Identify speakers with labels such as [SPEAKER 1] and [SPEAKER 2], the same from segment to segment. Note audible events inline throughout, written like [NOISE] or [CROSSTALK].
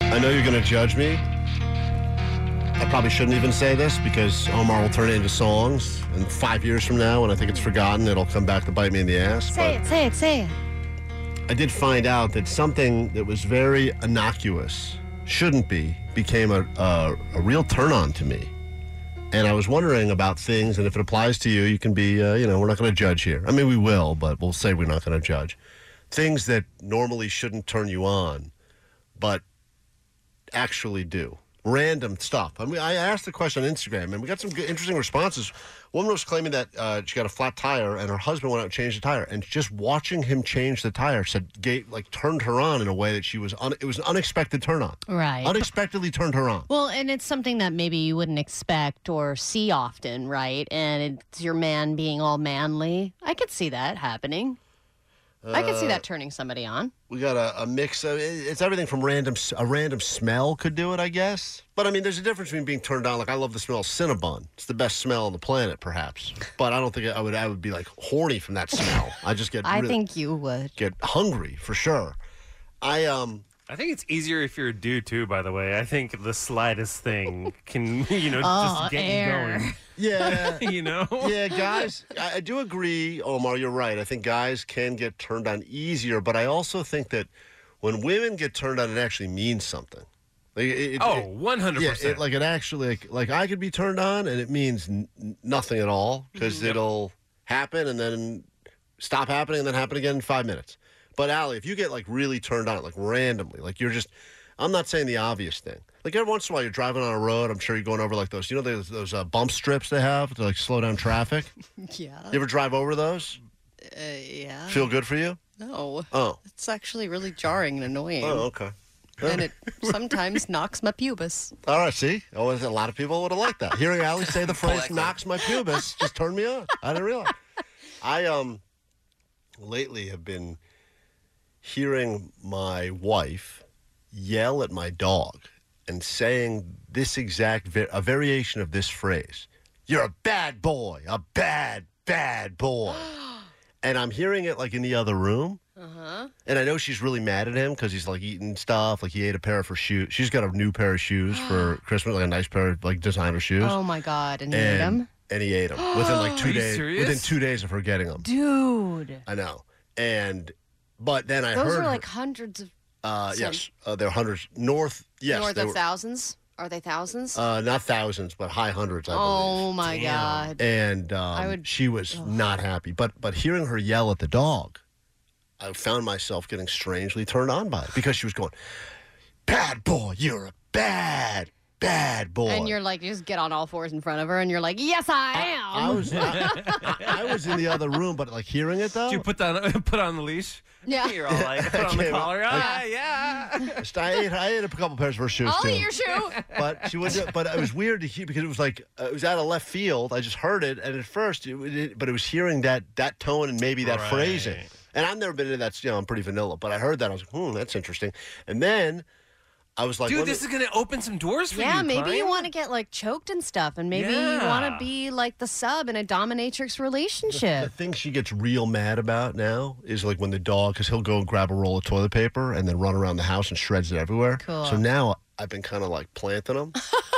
[SPEAKER 1] I know you're going to judge me. I probably shouldn't even say this because Omar will turn it into songs. And five years from now, when I think it's forgotten, it'll come back to bite me in the ass.
[SPEAKER 2] Say it, say it, say it.
[SPEAKER 1] But I did find out that something that was very innocuous, shouldn't be, became a, a, a real turn on to me. And I was wondering about things, and if it applies to you, you can be, uh, you know, we're not going to judge here. I mean, we will, but we'll say we're not going to judge. Things that normally shouldn't turn you on, but actually do. Random stuff. I mean, I asked the question on Instagram, and we got some good, interesting responses. One was claiming that uh, she got a flat tire, and her husband went out and changed the tire, and just watching him change the tire said, gave, like, turned her on in a way that she was. Un- it was an unexpected turn on.
[SPEAKER 3] Right.
[SPEAKER 1] Unexpectedly turned her on.
[SPEAKER 3] Well, and it's something that maybe you wouldn't expect or see often, right? And it's your man being all manly. I could see that happening. I could see that turning somebody on.
[SPEAKER 1] We got a, a mix of it's everything from random s- a random smell could do it, I guess. But I mean, there's a difference between being turned on. Like I love the smell of Cinnabon; it's the best smell on the planet, perhaps. But I don't think I would I would be like horny from that smell. I just
[SPEAKER 3] [LAUGHS]
[SPEAKER 1] get
[SPEAKER 3] I
[SPEAKER 1] really-
[SPEAKER 3] think you [LAUGHS] would.
[SPEAKER 1] get hungry for sure. I um
[SPEAKER 4] I think it's easier if you're a dude too. By the way, I think the slightest thing can [LAUGHS] you know
[SPEAKER 3] Oh,
[SPEAKER 4] just get
[SPEAKER 3] air.
[SPEAKER 4] [LAUGHS]
[SPEAKER 3] [LAUGHS]
[SPEAKER 1] yeah.
[SPEAKER 4] you going. You know,
[SPEAKER 1] yeah, guys, I, I do agree, Omar. You're right. I think guys can get turned on easier, but I also think that when women get turned on, it actually means something. Like, it, it-
[SPEAKER 4] oh,
[SPEAKER 1] it-
[SPEAKER 4] one hundred
[SPEAKER 1] Yeah, it,
[SPEAKER 4] percent.
[SPEAKER 1] like it actually, like, like I could be turned on, and it means n- n- nothing at all
[SPEAKER 4] Mm-hmm.
[SPEAKER 1] because it'll happen and then stop happening and then happen again in five minutes. But Allie, if you get like really turned on, like randomly, like you're just, I'm not saying the obvious thing. Like every once in a while, you're driving on a road. I'm sure you're going over like those, you know, those, those uh, bump strips they have to like slow down traffic.
[SPEAKER 5] Yeah.
[SPEAKER 1] You ever drive over those?
[SPEAKER 5] Uh, yeah.
[SPEAKER 4] Uh-huh.
[SPEAKER 1] Feel good for you?
[SPEAKER 5] No.
[SPEAKER 1] Oh,
[SPEAKER 5] It's actually really jarring and annoying.
[SPEAKER 1] oh, okay.
[SPEAKER 5] And it
[SPEAKER 1] [LAUGHS]
[SPEAKER 5] sometimes knocks my pubis.
[SPEAKER 1] All right, see? Oh, a lot of people would have liked that. Hearing Ali say the phrase knocks my pubis just turned me on. I didn't realize. I um lately have been hearing my wife yell at my dog and saying this exact va- a variation of this phrase. You're a bad boy, a bad bad boy. and I'm hearing it like in the other room. And I know she's really mad at him because he's like eating stuff. Like he ate a pair of her shoes. She's got a new pair of shoes
[SPEAKER 3] [GASPS]
[SPEAKER 1] for Christmas, like a nice pair of like designer shoes.
[SPEAKER 3] Oh my god, and, hate
[SPEAKER 1] and,
[SPEAKER 3] him.
[SPEAKER 1] and he ate them within
[SPEAKER 3] [GASPS]
[SPEAKER 1] like two
[SPEAKER 4] Are you
[SPEAKER 1] days.
[SPEAKER 4] serious?
[SPEAKER 1] Within two days of her getting them,
[SPEAKER 3] Dude.
[SPEAKER 1] I know. And but then I
[SPEAKER 3] Those
[SPEAKER 1] heard
[SPEAKER 3] are
[SPEAKER 1] her-
[SPEAKER 3] like hundreds of
[SPEAKER 1] uh,
[SPEAKER 3] sorry.
[SPEAKER 1] yes, uh, they're hundreds north. Yes,
[SPEAKER 3] north
[SPEAKER 1] they
[SPEAKER 3] of
[SPEAKER 1] were,
[SPEAKER 3] thousands. Are they thousands?
[SPEAKER 1] uh, not thousands, but high hundreds. I believe.
[SPEAKER 3] oh my god.
[SPEAKER 1] and um,
[SPEAKER 3] would-
[SPEAKER 1] she was not happy. But but hearing her yell at the dog, I found myself getting strangely turned on by it because she was going, "Bad boy, you're a bad bad boy."
[SPEAKER 3] And you're like, you just get on all fours in front of her, and you're like, yes, I am.
[SPEAKER 1] I was I, I- I was in the other room, but like hearing it though,
[SPEAKER 4] Did you put that put on [LAUGHS] the leash?
[SPEAKER 3] Yeah.
[SPEAKER 4] [LAUGHS] You're all
[SPEAKER 1] [LAUGHS]
[SPEAKER 4] like put on the
[SPEAKER 1] Okay, well,
[SPEAKER 4] collar. Ah, yeah.
[SPEAKER 1] I ate I ate a couple pairs of her shoes
[SPEAKER 3] I'll
[SPEAKER 1] too.
[SPEAKER 3] eat your
[SPEAKER 1] [LAUGHS]
[SPEAKER 3] shoe.
[SPEAKER 1] but she was but it was weird to hear because it was like uh, it was out of left field i just heard it and at first it, it but it was hearing that that tone and maybe that
[SPEAKER 4] Right.
[SPEAKER 1] phrasing and i've never been into that you know i'm pretty vanilla but i heard that i was like hmm that's interesting and then i was like
[SPEAKER 4] Dude,
[SPEAKER 1] let me-
[SPEAKER 4] this is gonna open some doors for
[SPEAKER 3] yeah,
[SPEAKER 4] you.
[SPEAKER 3] maybe you
[SPEAKER 4] Klein.
[SPEAKER 3] want to get like choked and stuff, and maybe you want
[SPEAKER 4] Yeah.
[SPEAKER 3] to be like the sub in a dominatrix
[SPEAKER 1] the
[SPEAKER 3] relationship.
[SPEAKER 1] thing she gets real mad about now is like when the dog, because he'll go and grab a roll of toilet paper and then run around the house and shreds it everywhere.
[SPEAKER 3] Cool.
[SPEAKER 1] So now I've been kind of like
[SPEAKER 3] [LAUGHS]
[SPEAKER 1] planting them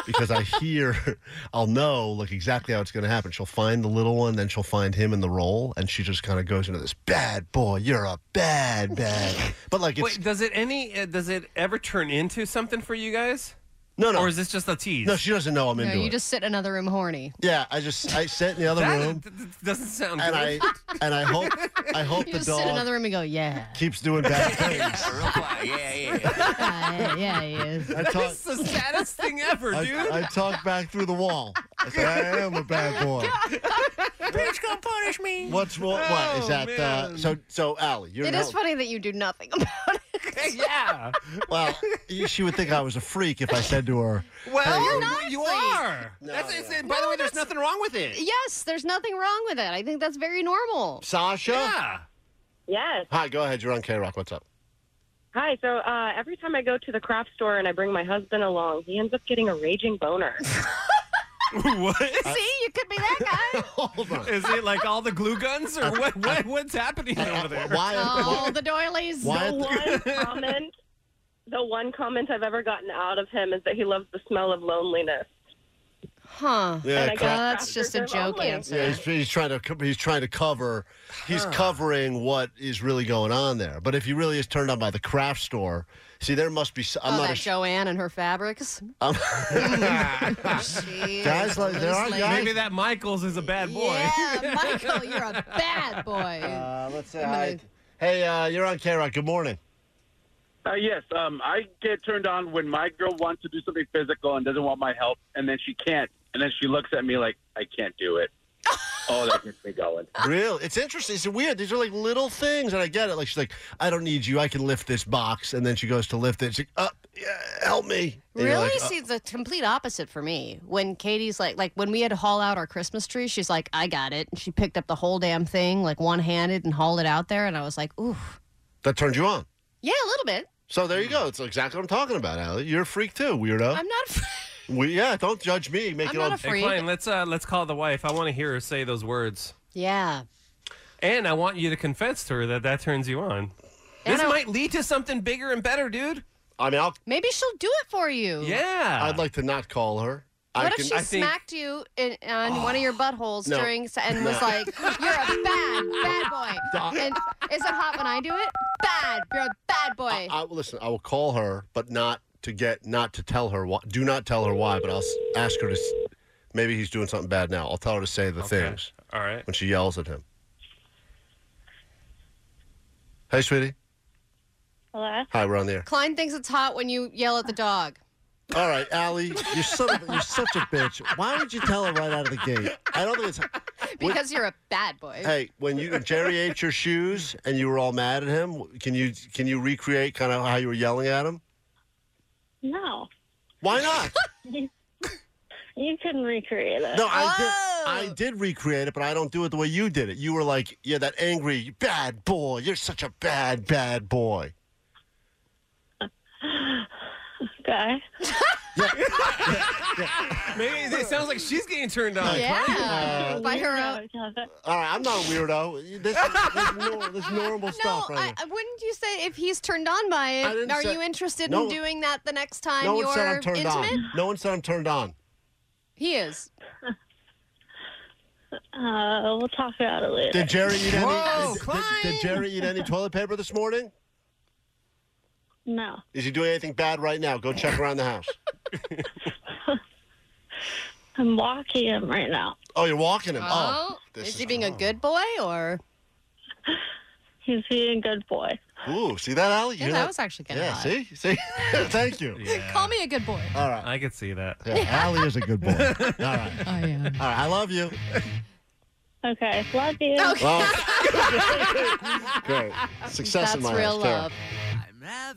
[SPEAKER 1] because I hear, [LAUGHS] I'll know like exactly how it's going to happen. She'll find the little one, then she'll find him in the roll, and she just kind of goes into this bad boy, you're a
[SPEAKER 3] [LAUGHS]
[SPEAKER 1] bad, bad. But like it's,
[SPEAKER 4] Wait, does it any uh, does it ever turn into something for you guys?
[SPEAKER 1] No, no.
[SPEAKER 4] Or is this just a tease?
[SPEAKER 1] no, she doesn't know [LAUGHS] I'm
[SPEAKER 3] No,
[SPEAKER 1] into
[SPEAKER 3] you
[SPEAKER 1] it.
[SPEAKER 3] just sit in another room horny.
[SPEAKER 1] yeah, I just I sat in the other
[SPEAKER 4] that
[SPEAKER 1] room
[SPEAKER 4] d- d- doesn't sound
[SPEAKER 1] and
[SPEAKER 3] [LAUGHS]
[SPEAKER 1] I
[SPEAKER 4] good.
[SPEAKER 1] and I hope I hope
[SPEAKER 3] You
[SPEAKER 1] the
[SPEAKER 3] just sit in
[SPEAKER 1] dog
[SPEAKER 3] another room and go,
[SPEAKER 1] [LAUGHS]
[SPEAKER 3] yeah.
[SPEAKER 1] keeps
[SPEAKER 3] [LAUGHS]
[SPEAKER 1] doing bad things.
[SPEAKER 4] Real quiet. Yeah, yeah,
[SPEAKER 3] yeah,
[SPEAKER 4] yeah.
[SPEAKER 3] yeah, he is.
[SPEAKER 1] I talk
[SPEAKER 4] [LAUGHS] That's the saddest thing ever, dude.
[SPEAKER 1] I, I talk back through the wall. I said, I am a bad
[SPEAKER 4] [LAUGHS]
[SPEAKER 1] boy.
[SPEAKER 4] Bitch, gonna punish me.
[SPEAKER 1] What's wrong? what is
[SPEAKER 4] Oh,
[SPEAKER 1] that? Uh,
[SPEAKER 4] man.
[SPEAKER 1] so so Allie, you're
[SPEAKER 2] It
[SPEAKER 1] an
[SPEAKER 2] is
[SPEAKER 1] el-
[SPEAKER 2] funny that you do nothing
[SPEAKER 1] [LAUGHS]
[SPEAKER 2] about it.
[SPEAKER 4] [LAUGHS] yeah.
[SPEAKER 1] well.
[SPEAKER 4] [LAUGHS]
[SPEAKER 1] She would think I was a freak if I said to her,
[SPEAKER 4] Well,
[SPEAKER 1] Hey,
[SPEAKER 4] you are. that's, it's, By the way, there's nothing wrong with it.
[SPEAKER 2] yes, there's nothing wrong with it. I think that's very
[SPEAKER 3] [LAUGHS]
[SPEAKER 2] normal.
[SPEAKER 1] Sasha.
[SPEAKER 4] Yeah.
[SPEAKER 6] Yes.
[SPEAKER 1] Hi, go ahead. You're on K Rock. What's up?
[SPEAKER 6] Hi. So uh, every time I go to the craft store and I bring my husband along, he ends up getting a raging
[SPEAKER 1] [LAUGHS]
[SPEAKER 6] boner.
[SPEAKER 4] [LAUGHS] what?
[SPEAKER 2] See, you could be that
[SPEAKER 1] [LAUGHS]
[SPEAKER 2] guy.
[SPEAKER 1] Hold on.
[SPEAKER 4] Is it like all the glue guns
[SPEAKER 1] [LAUGHS]
[SPEAKER 4] or what, what what's happening over there? [LAUGHS]
[SPEAKER 1] Why?
[SPEAKER 3] All the doilies.
[SPEAKER 1] why
[SPEAKER 6] the one
[SPEAKER 1] [LAUGHS]
[SPEAKER 6] comment, the one comment I've ever gotten out of him is that he loves the smell of loneliness.
[SPEAKER 3] Huh.
[SPEAKER 1] yeah,
[SPEAKER 6] I
[SPEAKER 1] crap.
[SPEAKER 6] guess
[SPEAKER 3] that's just a
[SPEAKER 6] crafters are
[SPEAKER 3] joke
[SPEAKER 6] lonely.
[SPEAKER 3] answer.
[SPEAKER 1] Yeah, he's, he's trying to co- he's trying to cover he's covering what is really going on there. But if he really is turned on by the craft store, see there must be s- I'm
[SPEAKER 3] oh,
[SPEAKER 1] not
[SPEAKER 3] that
[SPEAKER 1] a,
[SPEAKER 3] Joanne and her fabrics.
[SPEAKER 1] [LAUGHS] guys like there are guys
[SPEAKER 4] Maybe that Michaels is a bad boy.
[SPEAKER 1] [LAUGHS]
[SPEAKER 3] Yeah, Michael, you're a bad boy.
[SPEAKER 1] Uh, let's say hi. Hey, uh, you're on K Rock. Good morning.
[SPEAKER 7] Uh, yes, um, I get turned on when my girl wants to do something physical and doesn't want my help, and then she can't, and then she looks at me like I can't do it. oh, that gets me going.
[SPEAKER 1] Real. It's interesting. It's weird. These are like little things, and I get it. Like she's like, I don't need you. I can lift this box, and then she goes to lift it. She's like, uh, yeah, help me. And you're
[SPEAKER 3] Really?
[SPEAKER 1] like, uh,
[SPEAKER 3] See, it's the complete opposite for me. When Katie's like, like when we had to haul out our Christmas tree, she's like, "I got it," and she picked up the whole damn thing, like one handed, and hauled it out there, and I was like, "Ooh,
[SPEAKER 1] that turned you on.
[SPEAKER 3] yeah, a little bit."
[SPEAKER 1] So there you go. It's exactly what I'm talking about, Allie. You're a freak too, weirdo.
[SPEAKER 3] I'm [LAUGHS] not.
[SPEAKER 1] we, yeah, don't judge me. Make
[SPEAKER 3] I'm
[SPEAKER 1] it
[SPEAKER 3] not
[SPEAKER 1] on.
[SPEAKER 3] a
[SPEAKER 4] Hey,
[SPEAKER 3] freak.
[SPEAKER 4] Klein, let's uh, let's call the wife. I want to hear her say those words,
[SPEAKER 3] yeah.
[SPEAKER 4] and I want you to confess to her that that turns you on.
[SPEAKER 3] And
[SPEAKER 4] this
[SPEAKER 3] I-
[SPEAKER 4] might lead to something bigger and better, dude.
[SPEAKER 1] I mean, I'll,
[SPEAKER 3] Maybe she'll do it for you.
[SPEAKER 4] Yeah.
[SPEAKER 1] Mm. I'd like to not call her. I
[SPEAKER 3] What
[SPEAKER 1] can,
[SPEAKER 3] if she
[SPEAKER 4] I think-
[SPEAKER 3] smacked you in, on one of your buttholes
[SPEAKER 1] No.
[SPEAKER 3] during and was like, "You're a bad, bad
[SPEAKER 1] [LAUGHS]
[SPEAKER 3] boy." And is it hot when I do it? Bad. You're a bad boy.
[SPEAKER 1] I, listen, I will call her, but not to get, not to tell her why. Do not tell her why, but I'll s- ask her to. s- Maybe he's doing something bad now. I'll tell her to say the
[SPEAKER 4] Okay.
[SPEAKER 1] things
[SPEAKER 4] All right.
[SPEAKER 1] when she yells at him. Hey, sweetie.
[SPEAKER 6] Hello.
[SPEAKER 1] Hi, we're on the air.
[SPEAKER 3] Klein thinks it's hot when you yell at the dog.
[SPEAKER 1] All right, Allie, you're, son of, you're such a bitch. Why would you tell her right out of the gate? I don't think it's.
[SPEAKER 3] Because you're a bad boy.
[SPEAKER 1] Hey, when you Jerry ate your shoes and you were all mad at him, can you can you recreate kind of how you were yelling at him?
[SPEAKER 6] No,
[SPEAKER 1] Why not?
[SPEAKER 6] you couldn't recreate it.
[SPEAKER 1] No, I did. I did recreate it, but I don't do it the way you did it. You were like, yeah, that angry bad boy. You're such a bad bad boy.
[SPEAKER 6] Okay.
[SPEAKER 4] Maybe it sounds like she's getting turned on.
[SPEAKER 1] Uh,
[SPEAKER 3] Yeah. By her own.
[SPEAKER 1] All right, I'm not a weirdo. This, this, nor- this normal
[SPEAKER 3] No,
[SPEAKER 1] stuff right
[SPEAKER 3] I,
[SPEAKER 1] here.
[SPEAKER 3] I- wouldn't you say if he's turned on by
[SPEAKER 1] I
[SPEAKER 3] it,
[SPEAKER 1] didn't
[SPEAKER 3] are
[SPEAKER 1] say-
[SPEAKER 3] you interested
[SPEAKER 1] No-
[SPEAKER 3] in doing that the next time
[SPEAKER 1] No one
[SPEAKER 3] you're
[SPEAKER 1] said I'm turned
[SPEAKER 3] intimate?
[SPEAKER 1] on. No one said I'm turned on.
[SPEAKER 3] He is.
[SPEAKER 6] Uh, we'll talk about it later.
[SPEAKER 1] Did Jerry eat
[SPEAKER 4] Whoa,
[SPEAKER 1] any? Did, did- did Jerry eat any toilet paper this morning?
[SPEAKER 6] no.
[SPEAKER 1] Is he doing anything bad right now? Go check around the house.
[SPEAKER 6] I'm walking him right now.
[SPEAKER 1] Oh, you're walking him. Oh, this
[SPEAKER 3] is he being a good boy or?
[SPEAKER 6] He's being a good boy.
[SPEAKER 1] Oh. Ooh, see that, Allie? You
[SPEAKER 3] Yeah,
[SPEAKER 1] hear
[SPEAKER 3] that was actually kind of
[SPEAKER 1] Yeah,
[SPEAKER 3] hot.
[SPEAKER 1] see, see. [LAUGHS] Thank you.
[SPEAKER 3] Call me a good boy.
[SPEAKER 1] All right.
[SPEAKER 4] I could see that.
[SPEAKER 1] Yeah, Allie is a good boy. [LAUGHS] All right. All right.
[SPEAKER 5] I am.
[SPEAKER 1] I love you.
[SPEAKER 6] Okay. Love you.
[SPEAKER 1] Well, great. Success in
[SPEAKER 3] That's
[SPEAKER 1] my
[SPEAKER 3] real
[SPEAKER 1] house, Tara.
[SPEAKER 3] love.